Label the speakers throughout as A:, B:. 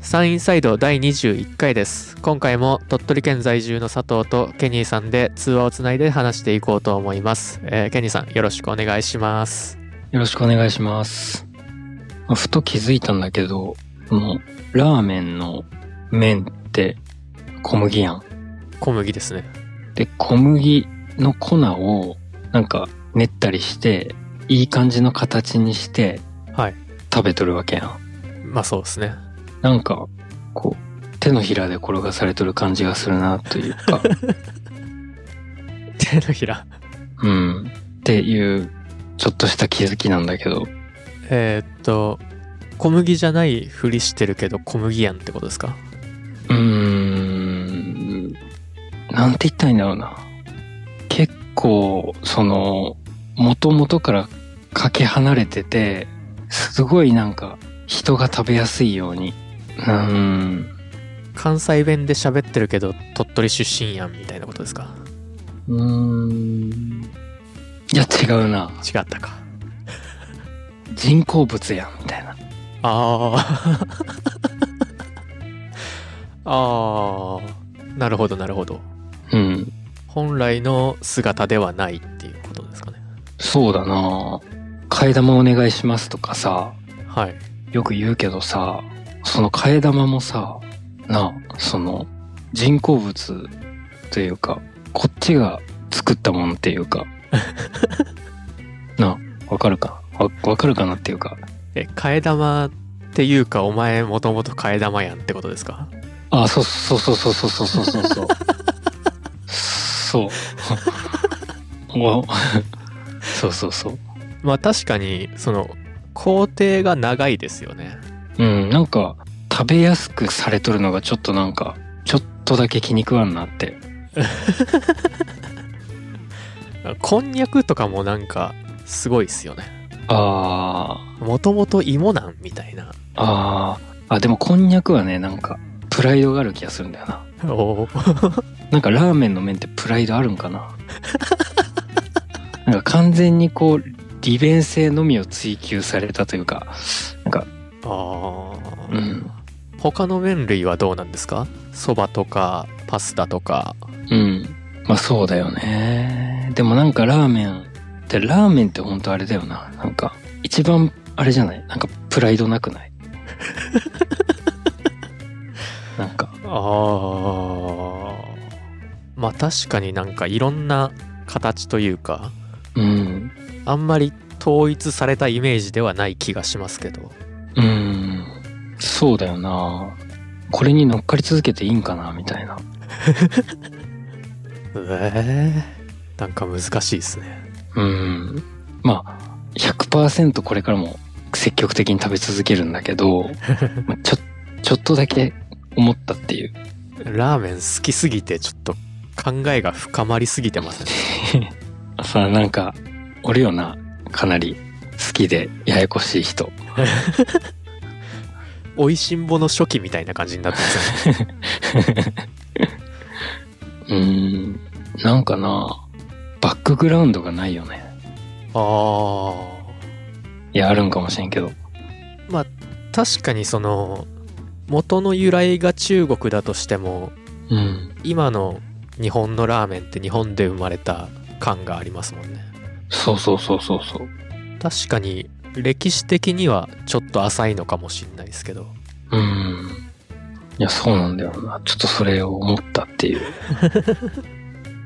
A: 山陰サイド第21回です今回も鳥取県在住の佐藤とケニーさんで通話をつないで話していこうと思います、えーケニーさんよろしくお願いします
B: よろしくお願いします。まあふと気づいたんだけど、このラーメンの麺って小麦やん。
A: 小麦ですね
B: で、小麦の粉をなんか練ったりして、いい感じの形にして
A: はい
B: 食べとるわけやん。
A: まあそうですね
B: なんか、こう、手のひらで転がされとる感じがするなとい うか、
A: 手のひら
B: うん。っていう、ちょっとした気づきなんだけど、
A: えーっと小麦じゃないふりしてるけど小麦やんってことですか
B: うーん、なんて言ったらいいんだろうな。結構、その、元々からかけ離れてて、すごいなんか、人が食べやすいように。うーん、
A: 関西弁で喋ってるけど鳥取出身やんみたいなことですか
B: うーん。いや、違うな。
A: 違ったか
B: 人工物やん、みたいな。
A: ああ ああなるほどなるほど
B: うん。
A: 本来の姿ではないっていうことですかね
B: そうだな。替え玉お願いしますとかさ、
A: はい
B: よく言うけどさその替え玉もさなあその人工物というかこっちが作ったもんっていうかなあわかるかわわかるかなっていうか
A: え替え玉っていうかお前もともと替え玉やんってことですか
B: あそうそうそうそうそうそうそうそうそうそう おそうそうそう
A: まあ確かにその工程が長いですよね
B: うんなんか食べやすくされとるのがちょっとなんかちょっとだけ気に食わんなって
A: こんにゃくとかもなんかすごいっすよね
B: ああ
A: もともと芋なんみたいな
B: あーあでもこんにゃくはねなんかプライドがある気がするんだよな
A: おー
B: なんかラーメンの麺ってプライドあるんかな なんか完全にこう利便性のみを追求されたというかなんか
A: あー、
B: うん
A: 他の麺類はどうなんですかそばとかパスタとか
B: うんまあそうだよねでもなんかラーメンってラーメンってほんとあれだよななんか一番あれじゃないなんかプライドなくないなんか
A: ああまあ確かになんかいろんな形というか
B: うん
A: あんまり統一されたイメージではない気がしますけど
B: うーん、そうだよな。これに乗っかり続けていいんかな、みたいな。
A: えー、なんか難しいですね
B: うーん。まあ、100%これからも積極的に食べ続けるんだけ ど、まあちょ、ちょっとだけ思ったっていう。
A: ラーメン好きすぎてちょっと考えが深まりすぎてません
B: さあ、なんか、おるよな。かなり好きでややこしい人。
A: おいしんぼの初期みたいな感じになってますね
B: うーん。なんかな、バックグラウンドがないよね。
A: ああ
B: いや、あるんかもしれんけど。
A: 確かにその元の由来が中国だとしても
B: うん。
A: 今の日本のラーメンって日本で生まれた感がありますもんね
B: そうそうそうそうそう。
A: 確かに歴史的にはちょっと浅いのかもしんないですけど
B: うん。いや、そうなんだよな。ちょっとそれを思ったっていう。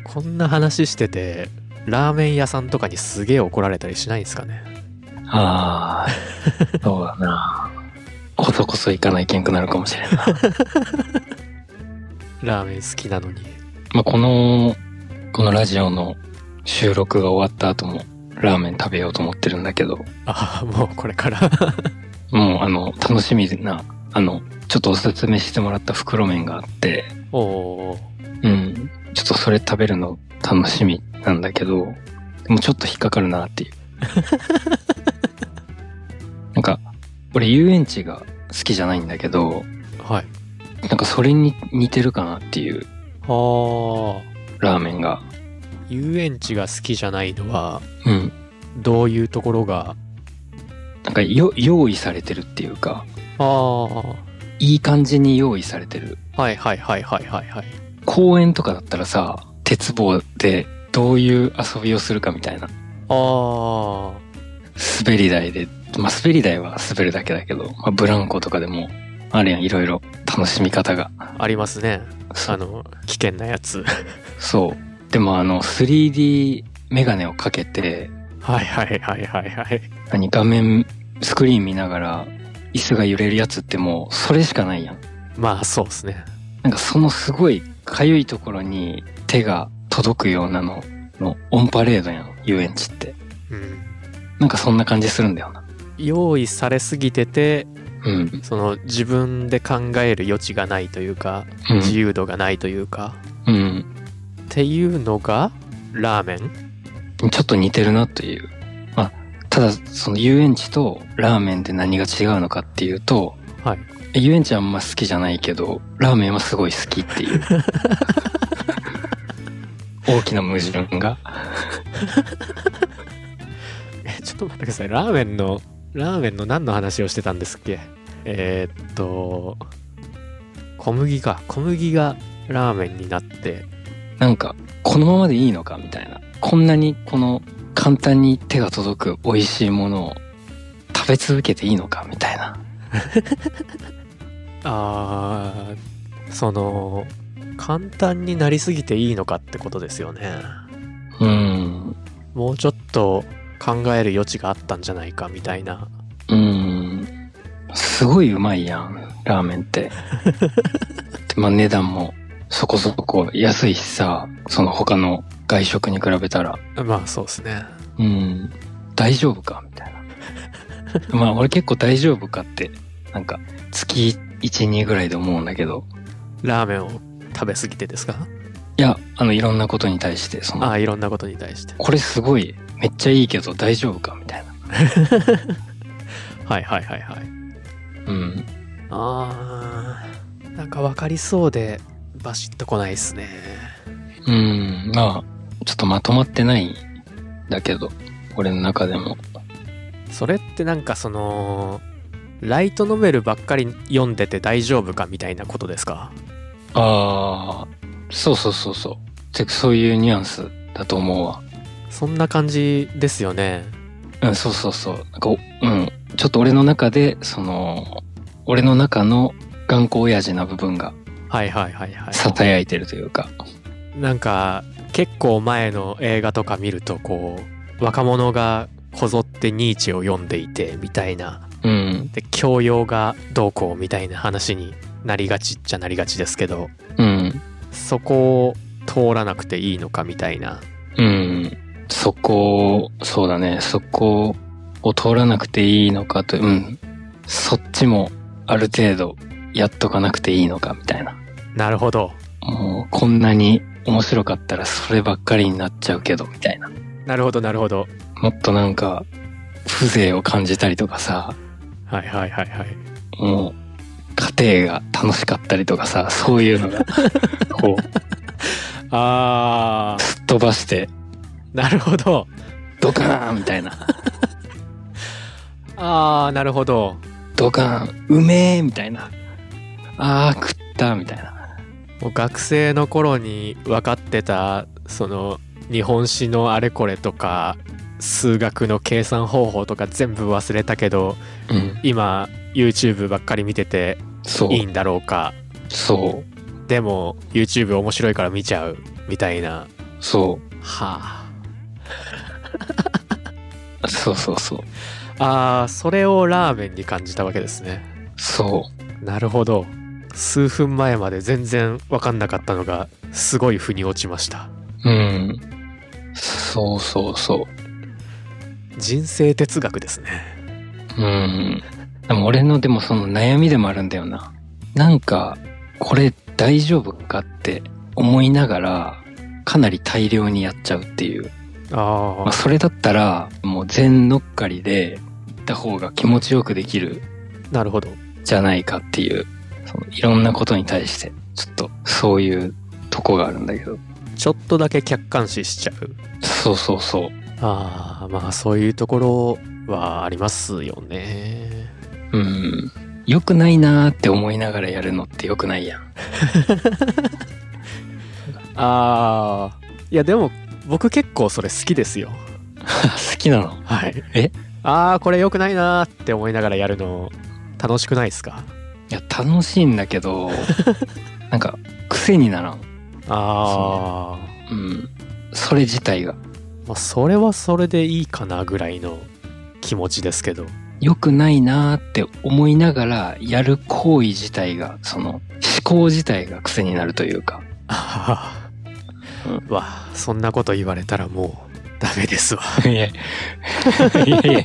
A: こんな話しててラーメン屋さんとかにすげえ怒られたりしないんですかね
B: ああ、そうだな。こそこそ行かないけんくなるかもしれんな。
A: ラーメン好きなのに
B: まあ、この、このラジオの収録が終わった後も、ラーメン食べようと思ってるんだけど、
A: ああもうこれから
B: もう、あの、楽しみな、あの、ちょっとおすすめしてもらった袋麺があって、
A: おお
B: うん。ちょっとそれ食べるの楽しみなんだけど、でもちょっと引っかかるな っていう。なんか、俺遊園地が好きじゃないんだけど、
A: はい
B: なんかそれに似てるかなっていう
A: はあ
B: ラーメンが。
A: 遊園地が好きじゃないのは
B: うん。
A: どういうところが
B: なんかよ用意されてるっていうか、
A: ああ
B: いい感じに用意されてる。
A: はいはいはいはいはいはい。
B: 公園とかだったらさ、鉄棒でどういう遊びをするかみたいな。
A: あ
B: 滑り台で、まあ、滑り台は滑るだけだけど、まあ、ブランコとかでも、あるやん、いろいろ楽しみ方が。
A: あ、ありますね。
B: そ
A: あの、危険なやつ。
B: そう。でもあの、3D メガネをかけて、
A: はいはいはいはいはい。
B: 何、画面、スクリーン見ながら、椅子が揺れるやつってもう、それしかないやん。
A: まあそうですね。
B: なんかそのすごい、かゆいところに手が届くようなの、の、オンパレードやん、遊園地って。
A: うん。
B: なんかそんな感じするんだよな。
A: 用意されすぎてて、
B: うん。
A: その自分で考える余地がないというか、
B: うん
A: 自由度がないというか、
B: うん。
A: っていうのが、ラーメン
B: ちょっと似てるなという。まあ、ただ、その遊園地とラーメンで何が違うのかっていうと、
A: はい。
B: 遊園地はあんま好きじゃないけど、ラーメンはすごい好きっていう。大きな矛盾が。
A: え、ちょっと待ってください。ラーメンの、ラーメンの何の話をしてたんですっけえーっと、小麦か。小麦がラーメンになって、
B: なんか、このままでいいのかみたいな。こんなにこの簡単に手が届く美味しいものを食べ続けていいのかみたいな。
A: あーその簡単になりすぎていいのかってことですよね
B: うん。
A: もうちょっと考える余地があったんじゃないかみたいな
B: うん。すごいうまいやん、ラーメンって。でまあ値段もそこそこ安いしさ、その他の外食に比べたら、
A: まあそうですね
B: うん、大丈夫かみたいな。まあ俺結構大丈夫かって、なんか月1、2ぐらいで思うんだけど、
A: ラーメンを食べすぎてですか
B: いや、あのいろんなことに対して、そ
A: あ
B: の、
A: あいろんなことに対して
B: これすごい、めっちゃいいけど大丈夫かみたいな。
A: はいはいはいはい
B: うん。
A: あーなんか分かりそうでバシッとこないですね
B: うん、まあ、ちょっとまとまってないんだけど、俺の中でも。
A: それってなんかそのライトノベルばっかり読んでて大丈夫かみたいなことですか
B: ああ、そうそうそうそう。てかそういうニュアンスだと思うわ。
A: そんな感じですよね
B: うん、そうそうそう。なんか、おうん。ちょっと俺の中で、その、俺の中の頑固親父な部分が
A: はいはいはいはい。
B: 囁いてるというか。
A: なんか結構前の映画とか見るとこう若者がこぞってニーチェを読んでいてみたいな
B: うん、
A: で教養がどうこうみたいな話になりがちっちゃなりがちですけど
B: うん、
A: そこを通らなくていいのかみたいな
B: うん。そこを、そうだね、そこを通らなくていいのかと、うん。そっちもある程度やっとかなくていいのかみたいな。
A: なるほど
B: もうこんなに面白かったらそればっかりになっちゃうけど、みたいな。
A: なるほどなるほど
B: もっとなんか、風情を感じたりとかさ、
A: はいはいはいはい
B: もう、家庭が楽しかったりとかさ、そういうのが、こう、
A: あー
B: すっ飛ばして、
A: なるほど
B: ドカーンみたいな、
A: あーなるほど
B: ドカーン、うめえみたいな、あー食ったみたいな。
A: もう学生の頃に分かってたその日本史のあれこれとか数学の計算方法とか全部忘れたけど
B: うん、
A: 今 YouTube ばっかり見てて
B: そう
A: い、いんだろうか
B: そう、
A: でも YouTube 面白いから見ちゃうみたいな
B: そ
A: は
B: う、そうそうそう、
A: ああーそれをラーメンに感じたわけですね
B: そう、
A: なるほど数分前まで全然分かんなかったのがすごい腑に落ちました
B: うん、そうそうそう。
A: 人生哲学ですね
B: うん。でも俺のでもその悩みでもあるんだよな。なんか、これ大丈夫かって思いながら、かなり大量にやっちゃうっていう。
A: あ
B: まあ、
A: あ
B: それだったら、もう全乗っかりで行った方が気持ちよくできる
A: なるほど
B: じゃないかっていう、そのいろんなことに対して、ちょっとそういうとこがあるんだけど。
A: ちょっとだけ客観視しちゃう。
B: そうそうそう。
A: ああ、まあそういうところはありますよね。
B: うん。良くないなーって思いながらやるのって良くないやん。
A: ああいやでも僕結構それ好きですよ
B: 好きなの
A: はい
B: え
A: ああこれ良くないなーって思いながらやるの楽しくないですか
B: いや、楽しいんだけ ど、なんか、癖にならん。
A: ああ
B: うん。それ自体が。
A: まあそれはそれでいいかなぐらいの気持ちですけど
B: 良くないなーって思いながらやる行為自体が、その、思考自体が癖になるというか。
A: あ
B: う
A: あわあそんなこと言われたらもうダメですわ
B: いや、いやいやいや。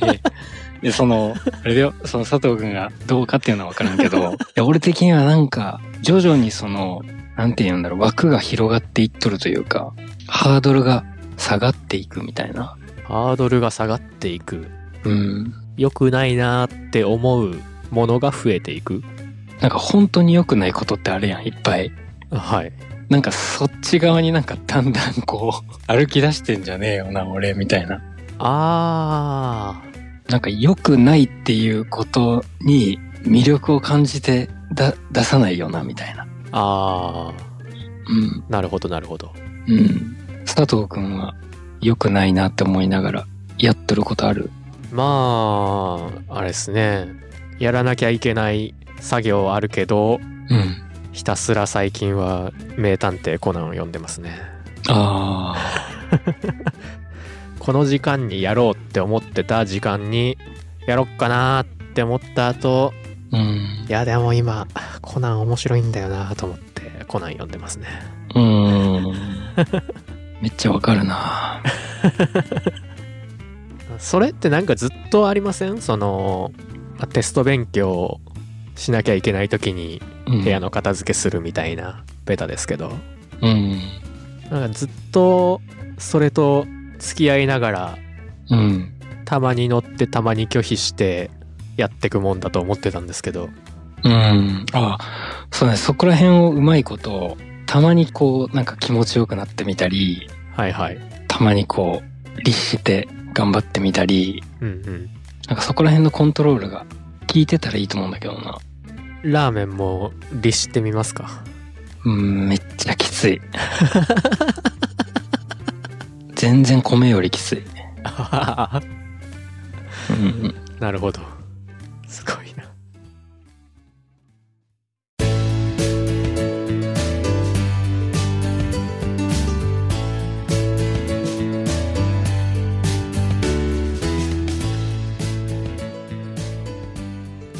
B: で、その、あれだよ、その佐藤くんがどうかっていうのはわからんけど、いや俺的にはなんか、徐々にその、なんて言うんだろう、枠が広がっていっとるというか、ハードルが下がっていくみたいな。
A: ハードルが下がっていく
B: うん。
A: 良くないなーって思うものが増えていく
B: なんか本当に良くないことってあるやん、いっぱい。
A: はい
B: なんかそっち側になんかだんだんこう、歩き出してんじゃねえよな、俺、みたいな。
A: あ
B: なんか良くないっていうことに魅力を感じてだ出さないよな、みたいな。
A: ーあ
B: うん。
A: ーなるほどなるほど
B: うん。佐藤くんは良くないなって思いながらやっとることある。
A: まああれですねやらなきゃいけない作業はあるけど
B: うん。
A: ひたすら最近は「名探偵コナン」を読んでますね
B: あ
A: この時間にやろうって思ってた時間にやろっかなーって思った後
B: あ。う
A: い。
B: ん
A: やでも今コナン面白いんだよなと思ってコナン読んでますね
B: うん。 めっちゃわかるな。
A: それってなんかずっとありませんそのまあテスト勉強をしなきゃいけない時に
B: うん
A: 部屋の片付けするみたいなベタですけど
B: うん。
A: なんかずっとそれと付き合いながら
B: うん。
A: たまに乗ってたまに拒否してやってくもんだと思ってたんですけど
B: うん。ああ。そうね。そこら辺をうまいこと、たまにこう、なんか気持ちよくなってみたり、
A: はいはい
B: たまにこう、律して頑張ってみたり、
A: うん
B: なんかそこら辺のコントロールが効いてたらいいと思うんだけどな。
A: うんラーメンも律してみますか
B: うん、めっちゃきつい。全然米よりきつい。うん、
A: なるほど。すごいな。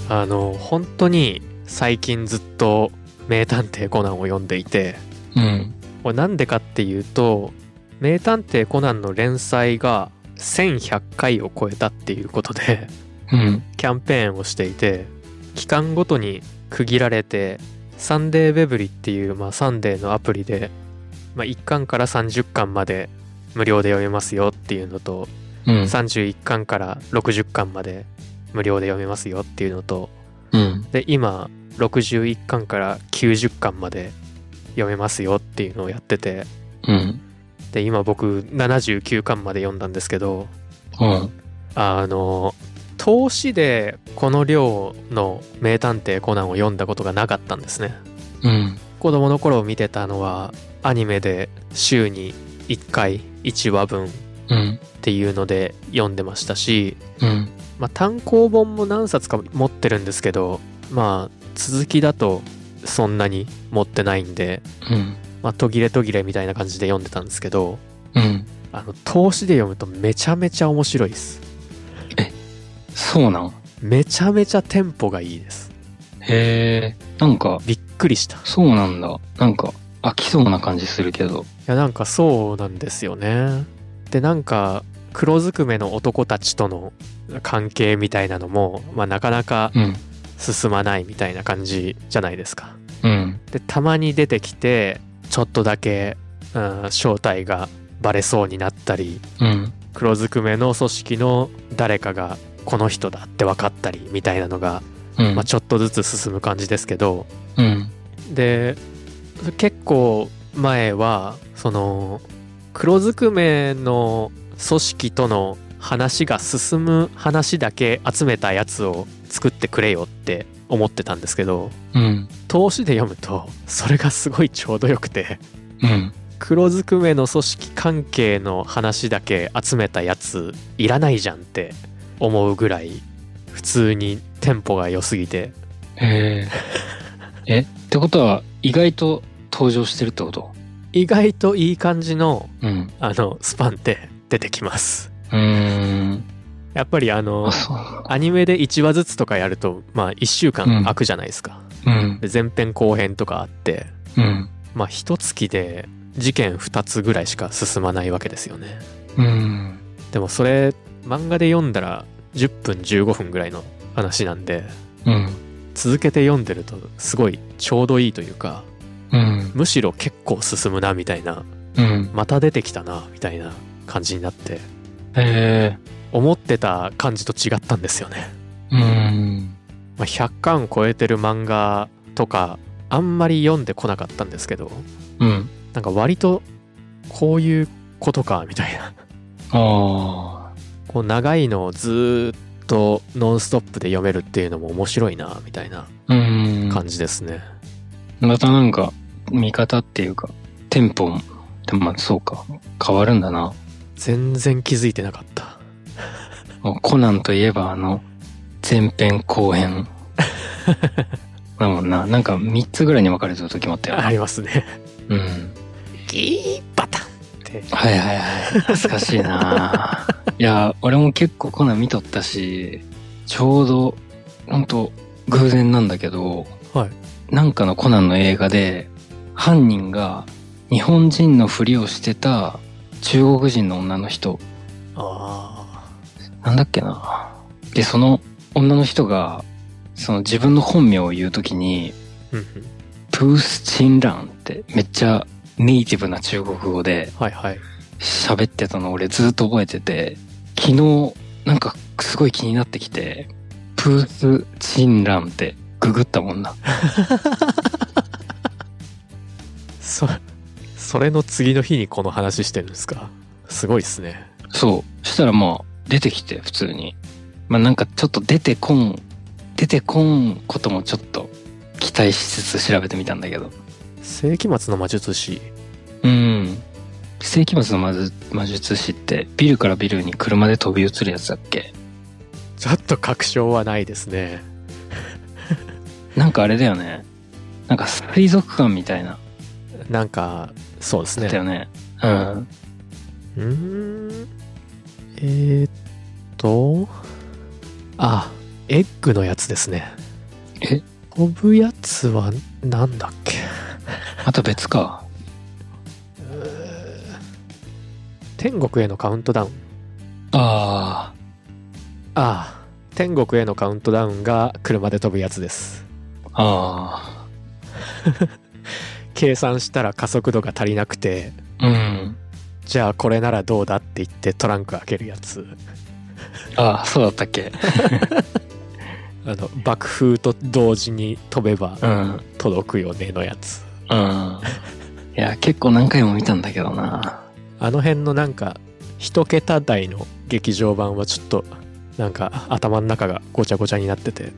A: あの本当に最近ずっと「名探偵コナン」を読んでいて
B: うん、
A: これなんでかっていうと「名探偵コナン」の連載が1100回を超えたっていうことで
B: うん、
A: キャンペーンをしていて期間ごとに区切られて「サンデーベブリ」っていう、まあ、サンデーのアプリで、まあ、1巻から30巻まで無料で読めますよっていうのと
B: うん、
A: 31巻から60巻まで無料で読めますよっていうのと
B: うん、
A: で今61巻から90巻まで読めますよっていうのをやってて
B: うん、
A: で今僕79巻まで読んだんですけど
B: うん、
A: あの投資でこの量の「名探偵コナン」を読んだことがなかったんですね
B: うん、
A: 子供の頃見てたのはアニメで週に1回1話分っ
B: うん、
A: ていうので読んでましたし、
B: うん、
A: まあ、単行本も何冊か持ってるんですけどまあ続きだとそんなに持ってないんで、
B: うん、
A: まあ、途切れ途切れみたいな感じで読んでたんですけど
B: うん、
A: あの投資で読むとめちゃめちゃ面白いです
B: そうなん
A: めちゃめちゃテンポがいいです
B: へえ、なんか、
A: びっくりしたい
B: そうなんだ。なんか、飽きそうな感じするけど。
A: やなんかそうなんですよねでなんか黒ずくめの男たちとの関係みたいなのも、まあ、なかなか
B: うん、
A: 進まないみたいな感じじゃないですか
B: うん、
A: でたまに出てきてちょっとだけ、うん、正体がバレそうになったり
B: うん、
A: 黒ずくめの組織の誰かがこの人だって分かったりみたいなのが、
B: うん
A: まあ、、ちょっとずつ進む感じですけど、
B: うん、
A: で結構前はその黒ずくめの組織との話が進む話だけ集めたやつを作ってくれよって思ってたんですけど
B: うん。
A: 投資で読むとそれがすごいちょうどよくて
B: うん。
A: 黒ずくめの組織関係の話だけ集めたやついらないじゃんって思うぐらい普通にテンポが良すぎて
B: へえ。え、ってことは、意外と登場してるってこと
A: 意外といい感じの
B: うん。
A: あのスパンって出てきます
B: うーん。
A: やっぱりあの
B: あ、そうなんだ
A: アニメで1話ずつとかやるとまあ1週
B: う
A: 間
B: ん
A: 空くじゃないですか、
B: うん。
A: で前編後編とかあって
B: うん。
A: まあ1月で事件2つぐらいしか進まないわけですよね
B: うん。
A: でもそれ漫画で読んだら10分15分ぐらいの話なんで
B: うん。
A: 続けて読んでるとすごいちょうどいいというか
B: うん。
A: むしろ結構進むなみたいな
B: うん。
A: また出てきたなみたいな感じになって
B: へえ。
A: 思ってた感じと違ったんですよね、
B: うん。
A: まあ、100巻超えてる漫画とかあんまり読んでこなかったんですけど
B: うん。
A: なんか割とこういうことかみたいな
B: ああ。
A: こう長いのをずーっとノンストップで読めるっていうのも面白いなみたいな
B: うん。
A: 感じですね、
B: またなんか、見方っていうか、テンポも、でもまあそうか、変わるんだな。
A: 全然気づいてなかった
B: コナンといえばあの、前編後 編。だもんな。なんか3つぐらいに分かれてる時もあったよ
A: あ
B: な。
A: りますね
B: うん。
A: ギーバタンって
B: はいはいはい。懐かしい ないや、俺も結構コナン見とったし、ちょうど、ほんと、偶然なんだけど、
A: はい
B: なんかのコナンの映画で、犯人が日本人のふりをしてた中国人の女の人
A: あ
B: なんだっけな。で、その女の人が、その自分の本名を言うときに、
A: あうんうん
B: プースチンランってめっちゃネイティブな中国語で
A: はいはい
B: 喋ってたの俺ずっと覚えてて、昨日なんかすごい気になってきて、プースチンランってググったもんな。
A: そそれの次の日にこの話してるんですかすごいっすね
B: そう。したらまあ出てきて普通に。まあなんかちょっと出てこん、出てこんこともちょっと期待しつつ調べてみたんだけど。
A: 世紀末の魔術師
B: うん。世紀末の魔術魔術師ってビルからビルに車で飛び移るやつだっけ
A: ちょっと確証はないですね
B: なんかあれだよね。なんか水族館みたいな。
A: なんかそうです
B: だ
A: ね
B: ったよね。うん。
A: うーんえー、っとあエッグのやつですね
B: え
A: 飛ぶやつはなんだっけ
B: また別か。
A: 天国へのカウントダウン
B: あ
A: ああ天国へのカウントダウンが車で飛ぶやつです
B: あ。あ
A: 計算したら加速度が足りなくて
B: あ。うん。
A: じゃあこれならどうだって言ってトランク開けるやつ
B: ああ、そうだったっけ。
A: あの爆風と同時に飛べば
B: うん。うん。
A: 届くよねのやつ
B: いや、結構何回も見たんだけどな。
A: あの辺のなんか一桁台の劇場版はちょっとなんか頭の中がごちゃごちゃになってて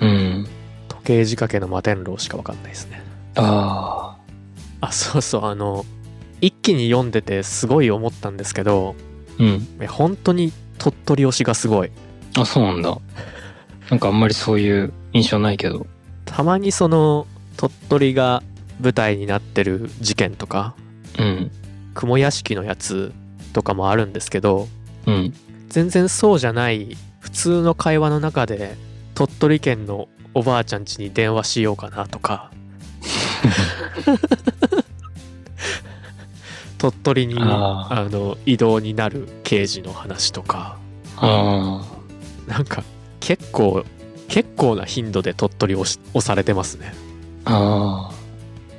B: うん。
A: 時計仕掛けの摩天楼しかわかんないですね
B: ああ。
A: あそうそうあの一気に読んでてすごい思ったんですけど
B: うん。
A: え本当に鳥取推しがすごい
B: あ、そうなんだ。なんかあんまりそういう印象ないけど。
A: たまにその鳥取が舞台になってる事件とか
B: うん。
A: 雲屋敷のやつとかもあるんですけど
B: うん。
A: 全然そうじゃない普通の会話の中で鳥取県のおばあちゃん家に電話しようかなとか鳥取に
B: あ
A: あの移動になる刑事の話とか
B: ああ。
A: なんか結構結構な頻度で鳥取をし押されてますね
B: あ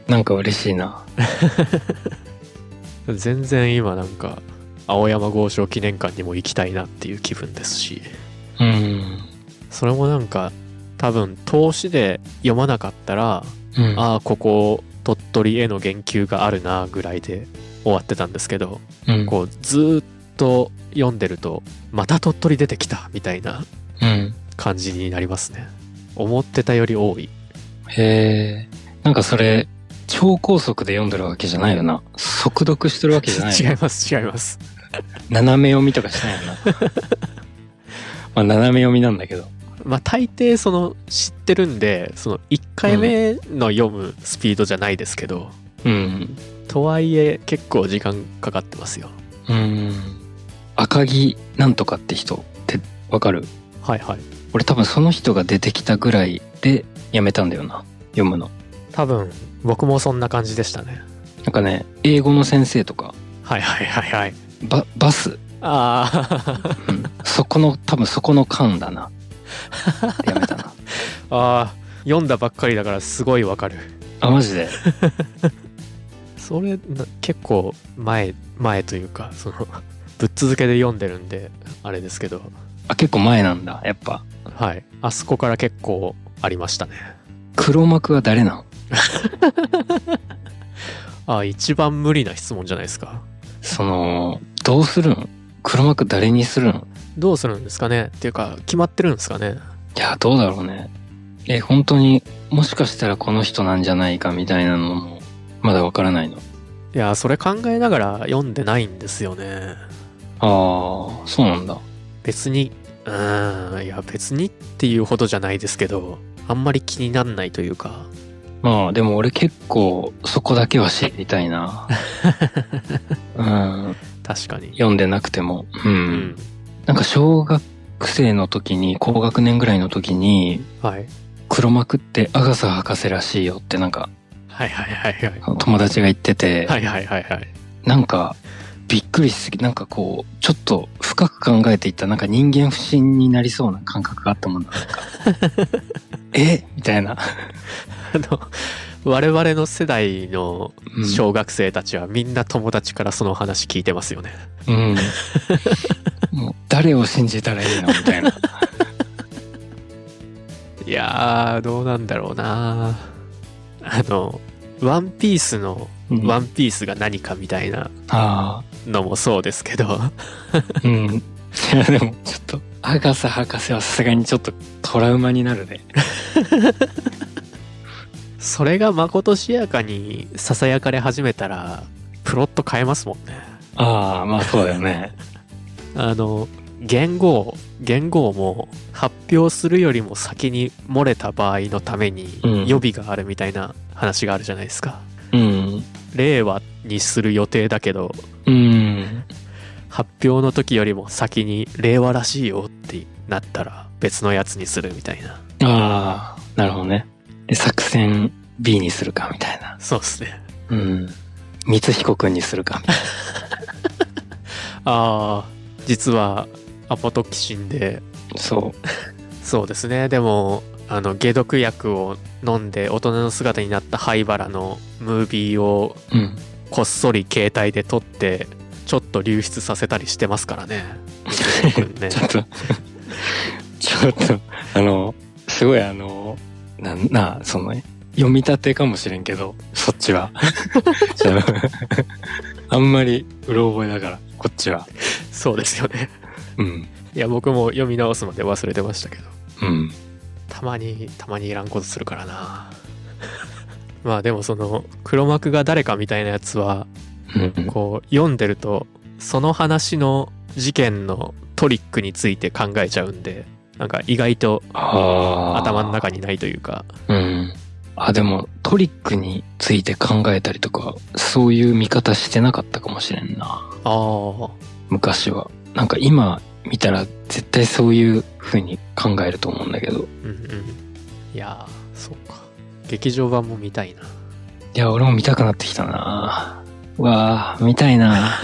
B: あ。なんか嬉しいな。
A: 全然今なんか青山豪商記念館にも行きたいなっていう気分ですし
B: うん。
A: それもなんか多分投資で読まなかったら、
B: うん。
A: ああここ鳥取への言及があるなぐらいで終わってたんですけど
B: うん。
A: こうずーっと読んでるとまた鳥取出てきたみたいな
B: うん。
A: 感じになりますね思ってたより多い
B: へえ。なんかそれ、超高速で読んでるわけじゃないよな。速読してるわけじゃ ないよな。
A: 違います違います
B: 斜め読みとかしないよ な。まあ、斜め読みなんだけど。
A: まあ大抵その知ってるんでその1回目の読むスピードじゃないですけど、
B: うん。
A: とはいえ結構時間かかってますよ
B: うん。赤木なんとかって人ってわかる
A: はいはい
B: 俺多分その人が出てきたぐらいでやめたんだよな。読むの。
A: 多分僕もそんな感じでしたね
B: なんかね、英語の先生とか、
A: はいはいはいはい
B: バ、バス。
A: あー
B: うん。そこの、多分そこの間だな。やめたな。
A: あー読んだばっかりだからすごいわかる
B: あ、マジで。
A: それな結構前前というかその ぶっ続けで読んでるんであれですけど
B: あ、結構前なんだ。やっぱ。
A: はいあそこから結構ありましたね
B: 黒幕は誰なん
A: あー一番無理な質問じゃないですか
B: その、どうするん黒幕誰にするん
A: どうするんですかねっていうか決まってるんですかね
B: いや、どうだろうね。え、本当に、もしかしたらこの人なんじゃないかみたいなのも、まだわからないの。
A: いやーそれ考えながら読んでないんですよね
B: ああ、そうなんだ。
A: 別にうーんいや別にっていうほどじゃないですけどあんまり気になんないというか
B: まあ、でも俺結構、そこだけは知りたいな。うん、
A: 確かに
B: 読んでなくても。う。
A: うん
B: なんか小学生の時に、高学年ぐらいの時に、
A: はい
B: 黒幕ってアガサ博士らしいよってなんか、
A: はいはいはいはい
B: 友達が言ってて、
A: はいはいはいはい
B: なんか、びっくりしすぎ、なんかこう、ちょっと深く考えていった、なんか人間不信になりそうな感覚があったもんな。なんかえみたいな。
A: あの我々の世代の
B: うん
A: 小学生たちはみんな友達からその話聞いてますよね。
B: うん。もう、誰を信じたらいいのみたいな。
A: いやーどうなんだろうなあの「ワンピースの「
B: うん
A: ワンピースが何かみたいな
B: あ
A: のもそうですけど
B: あ。うん。いや、でも、ちょっと、アガサ博士はさすがにちょっとトラウマになるね。
A: それがまことしやかにささやかれ始めたらプロット変えますもんね。
B: ああ、まあそうだよね。
A: あの言語言語も発表するよりも先に漏れた場合のために
B: うん
A: 予備があるみたいな話があるじゃないですか。
B: うん。
A: 令和にする予定だけど
B: うん。
A: 発表の時よりも先に令和らしいよってなったら別のやつにするみたいな
B: ああ、なるほどね。で、作戦 B にするか、みたいな。
A: そうっすね
B: うん。光彦くんにするか。
A: ああ実はアポトキシンで
B: そ
A: そうですねでもあの解毒薬を飲んで大人の姿になった灰原のムービーを
B: う。うん。
A: こっそり携帯で撮ってちょっと流出させたりしてますから ねね
B: ちょっと、ちょっと、あの、すごいあの、なんな、その、読み立てかもしれんけど、そっちは。 ちょっとあんまり、うろ覚えだから、こっちは。
A: そうですよね
B: うん。
A: いや僕も読み直すまで忘れてましたけど
B: うん。
A: たまにたまにいらんことするからなまあでもその黒幕が誰かみたいなやつは
B: うん。
A: こう読んでるとその話の事件のトリックについて考えちゃうんでなんか意外と
B: あ
A: 頭の。中にないというか
B: うん。あ、でも、トリックについて考えたりとか、そういう見方してなかったかもしれんな。
A: ああ
B: 昔は。なんか今見たら絶対そういう風に考えると思うんだけど。
A: うんうんいやーそうか劇場版も見たいない
B: や、俺も見たくなってきたなうわあ見たいな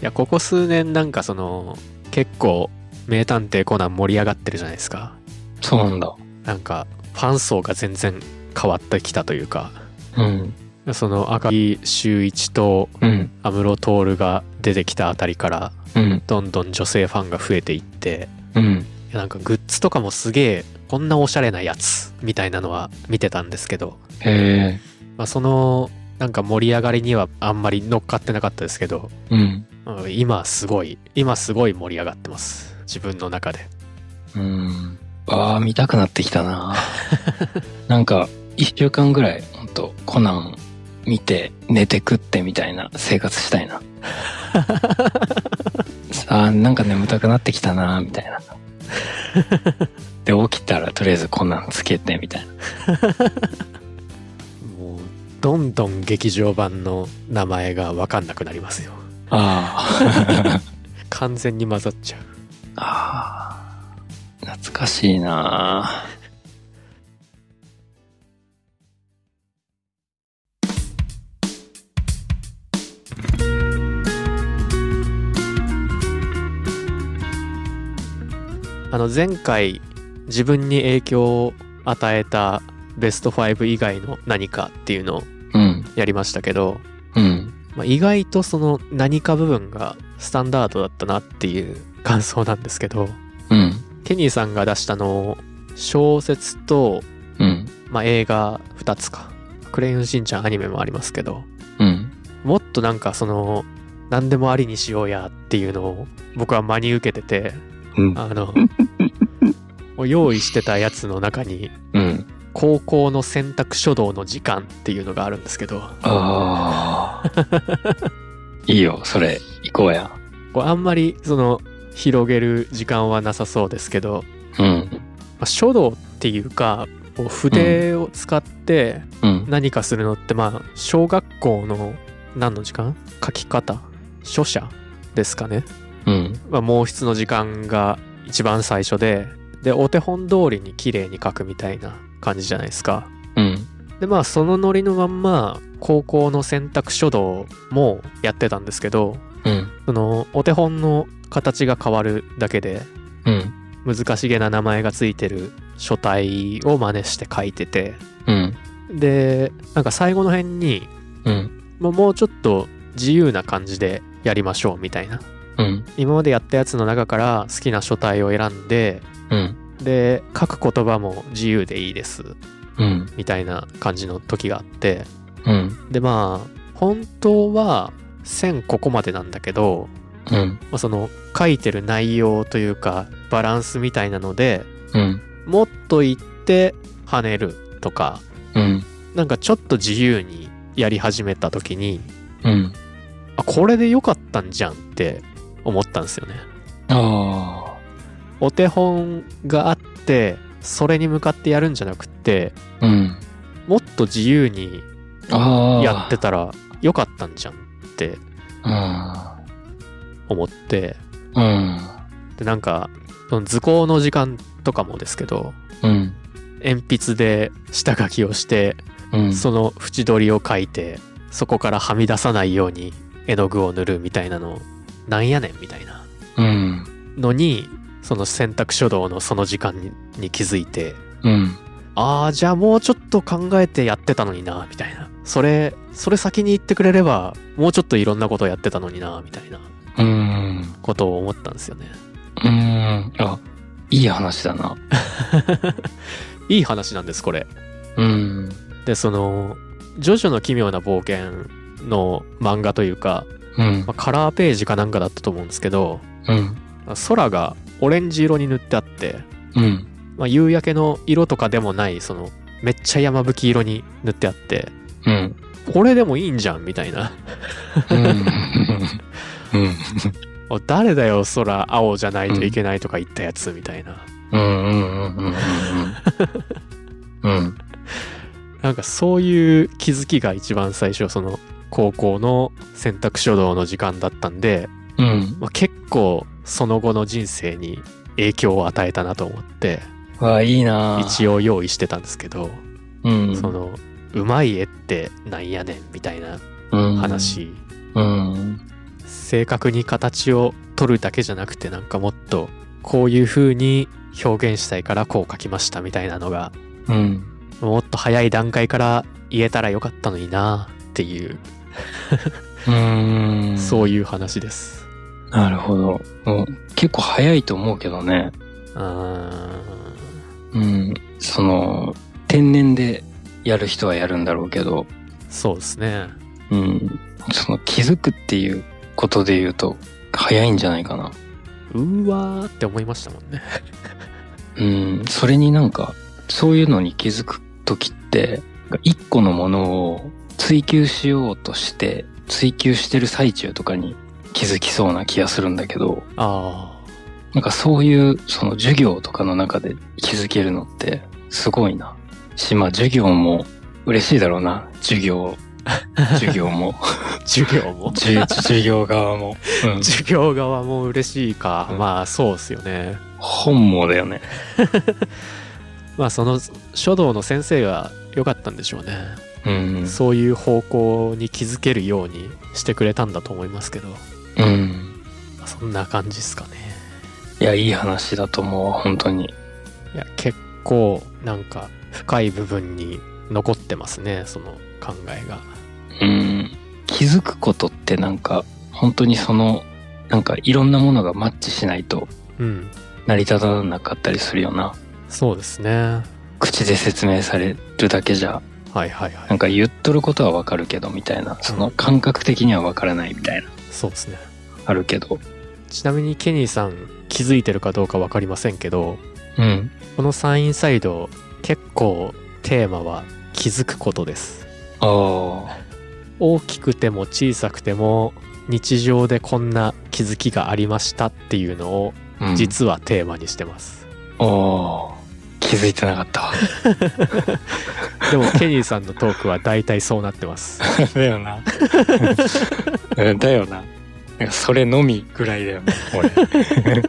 A: いやここ数年なんかその結構名探偵コナン盛り上がってるじゃないですか
B: そうなんだ。
A: なんかファン層が全然変わってきたというか
B: うん。
A: その赤木秀一と
B: うん。
A: 安室透が出てきたあたりから
B: うん。
A: どんどん女性ファンが増えていって
B: うん。
A: いやなんかグッズとかもすげえこんなおしゃれなやつみたいなのは見てたんですけど、
B: へえ。
A: まあ、そのなんか盛り上がりにはあんまり乗っかってなかったですけど、
B: うん。
A: うん今すごい今すごい盛り上がってます自分の中で
B: うん。ああ、見たくなってきたななんか、一週間ぐらい、ほんと、コナン見て、寝て食ってみたいな生活したいな。ああ、なんか眠たくなってきたなみたいな。で、起きたらとりあえずコナンつけて、みたいな。
A: もうどんどん劇場版の名前が分かんなくなりますよ
B: あ
A: 完全に混ざっちゃう
B: あ。ああ。懐かしいな
A: あの前回自分に影響を与えたベスト5以外の何かっていうのを
B: うん。
A: やりましたけど、
B: うん。
A: まあ、意外とその何か部分がスタンダードだったなっていう感想なんですけど
B: うん。
A: ケニーさんが出したの小説と、
B: うん。
A: まあ、映画2つか「クレヨンしんちゃん」アニメもありますけど
B: うん。
A: もっとなんかその何でもありにしようやっていうのを僕は真に受けてて
B: うん。
A: あのもう用意してたやつの中に
B: うん。
A: 高校の選択書道の時間っていうのがあるんですけど
B: ああ。いいよ、それ、行こうや。
A: こうあんまりその広げる時間はなさそうですけど、
B: うん。
A: まあ書道っていうかこう筆を使って
B: うん。
A: 何かするのってまあ小学校の何の時間書き方書写ですかね、
B: うん。
A: まあ、毛筆の時間が一番最初ででお手本通りに綺麗に書くみたいな感じじゃないですか。
B: うん。
A: でまあそのノリのまんま高校の選択書道もやってたんですけど
B: うん。
A: そのお手本の形が変わるだけで
B: うん。
A: 難しげな名前がついてる書体を真似して書いてて
B: うん。
A: でなんか最後の辺に
B: うん。
A: もうもうちょっと自由な感じでやりましょうみたいな
B: うん。
A: 今までやったやつの中から好きな書体を選んで
B: うん。
A: で書く言葉も自由でいいです
B: うん。
A: みたいな感じの時があって
B: うん。
A: でまあ本当は線ここまでなんだけど、
B: うん。
A: まあ、その書いてる内容というかバランスみたいなので
B: うん。
A: もっと言って跳ねるとか
B: うん。
A: なんかちょっと自由にやり始めた時に
B: うん。
A: あこれで良かったんじゃんって思ったんですよね。
B: あ
A: お手本があってそれに向かってやるんじゃなくって
B: あ。うん。
A: もっと自由に
B: ああ。
A: やってたら良かったんじゃんって
B: うん。
A: 思って
B: うん。
A: でなんかその図工の時間とかもですけど
B: うん。
A: 鉛筆で下書きをして
B: うん。
A: その縁取りを書いてそこからはみ出さないように絵の具を塗るみたいなのなんやねんみたいな
B: うん。
A: のにその選択書道のその時間にに気づいて
B: うん。
A: ああじゃあもうちょっと考えてやってたのになみたいなそれそれ先に言ってくれればもうちょっといろんなことやってたのになみたいな
B: うん。
A: ことを思ったんですよね
B: うん。あ、いい話だな。
A: いい話なんですこれ
B: うん。
A: でその「ジョジョの奇妙な冒険」の漫画というか、
B: うん
A: ま。あ、カラーページかなんかだったと思うんですけど
B: うん。
A: 空がオレンジ色に塗ってあって、
B: うん。
A: まあ、夕焼けの色とかでもないそのめっちゃ山吹色に塗ってあって
B: うん。
A: これでもいいんじゃんみたいな
B: うん。
A: お誰だよ空青じゃないといけないとか言ったやつみたいな、
B: うんうんうんうんうんうん。
A: なんかそういう気づきが一番最初その高校の選択書道の時間だったんで、
B: うん。うん。
A: まあ、結構その後の人生に影響を与えたなと思って
B: わあ、いいな
A: 一応用意してたんですけど
B: うん。
A: そのうまい絵ってなんやねんみたいな
B: うん。
A: 話、
B: うん。
A: 正確に形を取るだけじゃなくてなんかもっとこういう風に表現したいからこう書きましたみたいなのが
B: うん。
A: もっと早い段階から言えたらよかったのになっていう、
B: うん。
A: そういう話です。
B: なるほど。もう結構早いと思うけどね。
A: うーん
B: うん。その、天然でやる人はやるんだろうけど、
A: そうですね。
B: うん。その気づくっていうことで言うと、早いんじゃないかな。
A: うーわーって思いましたもんね。
B: うん、それになんか、そういうのに気づくときって、一個のものを追求しようとして、追求してる最中とかに気づきそうな気がするんだけど、
A: あ
B: なんかそういう、その授業とかの中で気づけるのって、すごいな。し、まあ授業も嬉しいだろうな。授業、
A: あ
B: 授業も、
A: 授業も
B: 授授業側も。うん
A: 授業側も嬉しいか、
B: うん
A: まあそうっすよね
B: 本望だよね。
A: まあその書道の先生が良かったんでしょうね、
B: うん。
A: そういう方向に気づけるようにしてくれたんだと思いますけど、ま
B: うん。
A: あそんな感じっすかね
B: いや、いい話だと思うわ、本当に。
A: いや結構なんか深い部分に残ってますねその考えが
B: うん。気づくことってなんか、本当にその、なんかいろんなものがマッチしないと
A: うん
B: 成り立たなかったりするよな。
A: そうですね
B: 口で説明されるだけじゃ、
A: はいはいはい
B: なんか言っとることはわかるけど、みたいな。その感覚的にはわからないみたいな。
A: そうですね
B: あるけど。
A: ちなみにケニーさん気づいてるかどうか分かりませんけど
B: うん。
A: このサインサイド結構テーマは気づくことです
B: ああ。
A: 大きくても小さくても日常でこんな気づきがありましたっていうのを
B: うん、
A: 実はテーマにしてます、
B: ああ。気づいてなかったわ。
A: でもケニーさんのトークは大体そうなってます
B: だよな。 うんだよな。なんかそれのみぐらいだよね、俺。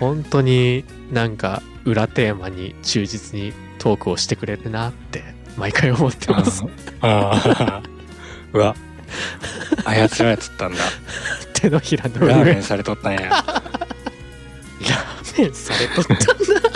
A: 本当になんか裏テーマに忠実にトークをしてくれるなって毎回思ってます
B: うんああ。 うわ。操られとったんだ。
A: 手のひらの
B: ラーメ
A: 上
B: ンされとったんや。
A: ラーメンされとったんだ